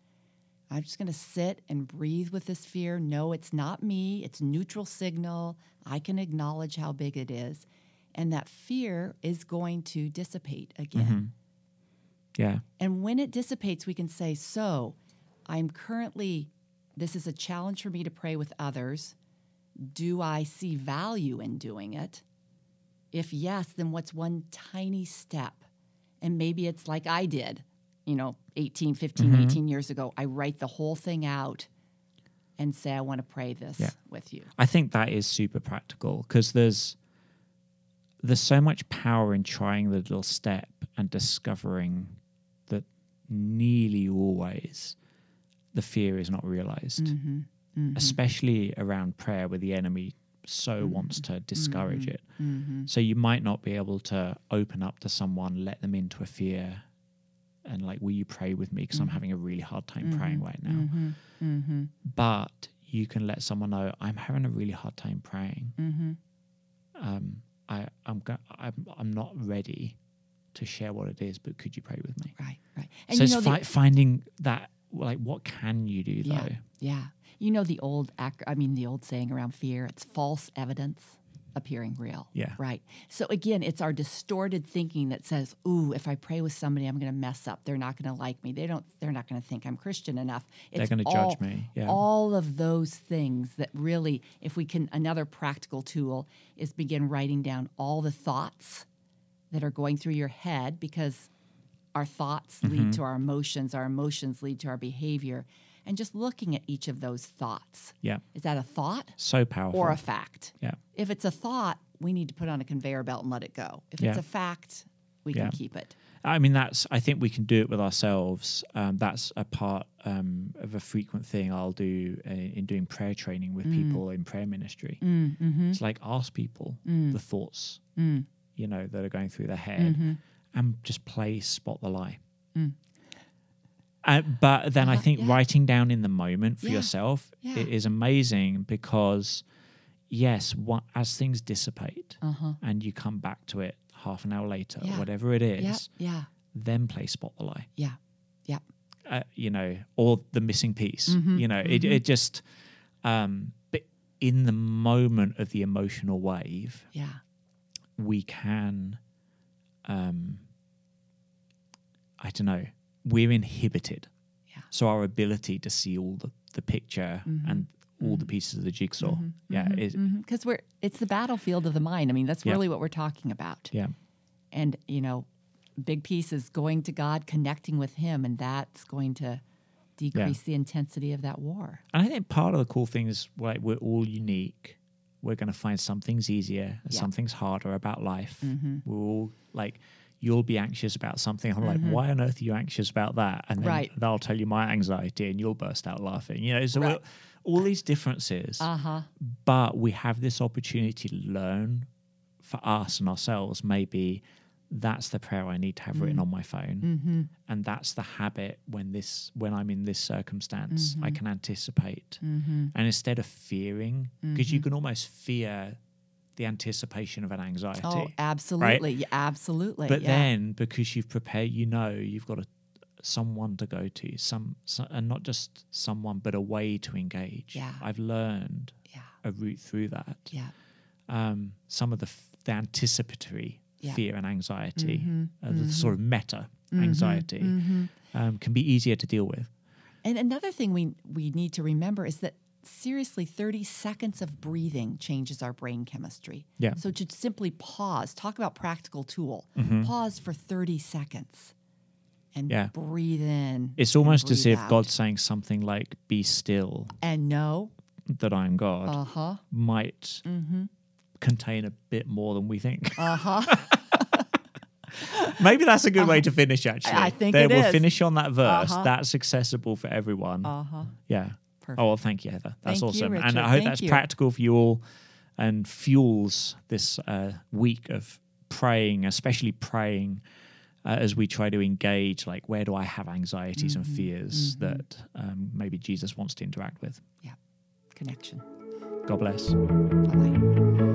Speaker 2: I'm just going to sit and breathe with this fear. No, it's not me. It's neutral signal. I can acknowledge how big it is. And that fear is going to dissipate again.
Speaker 1: Mm-hmm. Yeah.
Speaker 2: And when it dissipates, we can say, So I'm currently, this is a challenge for me to pray with others. Do I see value in doing it? If yes, then what's one tiny step? And maybe it's like I did, you know, 18, 15,
Speaker 1: Mm-hmm.
Speaker 2: 18 years ago. I write the whole thing out and say, I want to pray this
Speaker 1: Yeah.
Speaker 2: with you.
Speaker 1: I think that is super practical because there's there's so much power in trying the little step and discovering that nearly always the fear is not realized, especially around prayer, where the enemy so wants to discourage it. So you might not be able to open up to someone, let them into a fear, and like, will you pray with me? Because I'm having a really hard time praying right now
Speaker 2: Mm-hmm.
Speaker 1: but you can let someone know I'm having a really hard time praying.
Speaker 2: Mm-hmm.
Speaker 1: Um, I I'm, go- I'm I'm not ready to share what it is, but could you pray with me?
Speaker 2: Right, right. And
Speaker 1: so
Speaker 2: you know,
Speaker 1: it's
Speaker 2: the-
Speaker 1: fi- finding that like what can you do
Speaker 2: yeah,
Speaker 1: though?
Speaker 2: yeah. You know, the old, ac- I mean, the old saying around fear, it's false evidence appearing real.
Speaker 1: Yeah.
Speaker 2: Right. So again, it's our distorted thinking that says, "Ooh, if I pray with somebody, I'm going to mess up. They're not going to like me. They don't. They're not going to think I'm Christian enough. It's
Speaker 1: gonna judge
Speaker 2: all-
Speaker 1: me. Yeah.
Speaker 2: All of those things that really, if we can, another practical tool is begin writing down all the thoughts that are going through your head because our thoughts
Speaker 1: Mm-hmm.
Speaker 2: lead to our emotions. Our emotions lead to our behavior, and just looking at each of those thoughts.
Speaker 1: Yeah,
Speaker 2: Is that a thought
Speaker 1: so powerful.
Speaker 2: or a fact?
Speaker 1: yeah,
Speaker 2: If it's a thought, we need to put on a conveyor belt and let it go. If it's
Speaker 1: Yeah.
Speaker 2: a fact, we
Speaker 1: Yeah.
Speaker 2: can keep it.
Speaker 1: I mean that's I think we can do it with ourselves. Um, that's a part um, of a frequent thing I'll do uh, in doing prayer training
Speaker 2: Mm.
Speaker 1: with people in prayer ministry.
Speaker 2: mm-hmm.
Speaker 1: It's like ask people
Speaker 2: Mm.
Speaker 1: the thoughts you know that are going through their head,
Speaker 2: Mm-hmm.
Speaker 1: and just play spot the lie.
Speaker 2: Mm.
Speaker 1: Uh, but then I think writing down in the moment for
Speaker 2: Uh-huh. Yeah.
Speaker 1: yourself
Speaker 2: Yeah.
Speaker 1: it is amazing because yes, what, as things dissipate
Speaker 2: Uh-huh.
Speaker 1: and you come back to it half an hour later,
Speaker 2: Yeah.
Speaker 1: whatever it is,
Speaker 2: Yeah, yeah,
Speaker 1: then play spot the lie
Speaker 2: yeah, yeah.
Speaker 1: uh, you know or the missing piece
Speaker 2: Mm-hmm.
Speaker 1: you know it, it just um but in the moment of the emotional wave
Speaker 2: Yeah.
Speaker 1: we can um i don't know we're inhibited
Speaker 2: Yeah. Mm-hmm.
Speaker 1: so our ability to see all the the picture and all the pieces of the jigsaw yeah is
Speaker 2: Because Mm-hmm, we're it's the battlefield of the mind. I mean, that's
Speaker 1: Yeah.
Speaker 2: really what we're talking about.
Speaker 1: yeah
Speaker 2: And you know, big piece is going to God, connecting with Him, and that's going to decrease the intensity of that war.
Speaker 1: And I think part of the cool thing is like we're all unique. We're going to find some things easier and
Speaker 2: Yeah. Mm-hmm.
Speaker 1: some things harder about life. We're all like you'll be anxious about something. I'm like, why on earth are you anxious about that? And then
Speaker 2: Mm-hmm. Right.
Speaker 1: they'll tell you my anxiety and you'll burst out laughing. You know, so
Speaker 2: Right.
Speaker 1: we'll, all these differences,
Speaker 2: Uh huh.
Speaker 1: but we have this opportunity to learn for us and ourselves. Maybe that's the prayer I need to have
Speaker 2: Mm.
Speaker 1: written on my phone.
Speaker 2: Mm-hmm.
Speaker 1: And that's the habit when this when I'm in this circumstance,
Speaker 2: Mm-hmm.
Speaker 1: I can anticipate. And instead of fearing, because
Speaker 2: Mm-hmm.
Speaker 1: you can almost fear the anticipation of an anxiety.
Speaker 2: Oh, absolutely. Yeah, absolutely.
Speaker 1: But
Speaker 2: yeah.
Speaker 1: then, because you've prepared, you know you've got a, someone to go to, some, so- and not just someone, but a way to engage.
Speaker 2: Yeah.
Speaker 1: I've learned
Speaker 2: yeah,
Speaker 1: a route through that.
Speaker 2: yeah,
Speaker 1: Um, some of the, f- the anticipatory
Speaker 2: Yeah. Mm-hmm.
Speaker 1: fear and anxiety, uh, the sort of meta anxiety, um, can be easier to deal with.
Speaker 2: And another thing we we need to remember is that seriously, 30 seconds of breathing changes our brain chemistry.
Speaker 1: Yeah.
Speaker 2: So to simply pause, talk about practical tool. Pause for 30 seconds and
Speaker 1: Mm-hmm. Yeah.
Speaker 2: breathe in.
Speaker 1: It's almost as
Speaker 2: breathe
Speaker 1: if
Speaker 2: out.
Speaker 1: God's saying something like, "Be still,
Speaker 2: and know.
Speaker 1: that I'm God,"
Speaker 2: Uh-huh.
Speaker 1: might contain a bit more than we think. *laughs*
Speaker 2: Mm-hmm. Uh-huh.
Speaker 1: Maybe that's a good way to finish, actually.
Speaker 2: I think
Speaker 1: there,
Speaker 2: it
Speaker 1: we'll
Speaker 2: is.
Speaker 1: finish on that verse.
Speaker 2: Uh-huh.
Speaker 1: That's accessible for everyone.
Speaker 2: uh-huh.
Speaker 1: yeah.
Speaker 2: Perfect.
Speaker 1: Oh, well, thank you, Heather. That's
Speaker 2: Thank you,
Speaker 1: awesome. and
Speaker 2: Richard.
Speaker 1: I hope
Speaker 2: Thank
Speaker 1: that's
Speaker 2: you.
Speaker 1: practical for you all and fuels this uh, week of praying, especially praying uh, as we try to engage, like, where do I have anxieties
Speaker 2: Mm-hmm.
Speaker 1: and fears that um, maybe Jesus wants to interact with?
Speaker 2: Yeah. Connection.
Speaker 1: God bless.
Speaker 2: Bye-bye.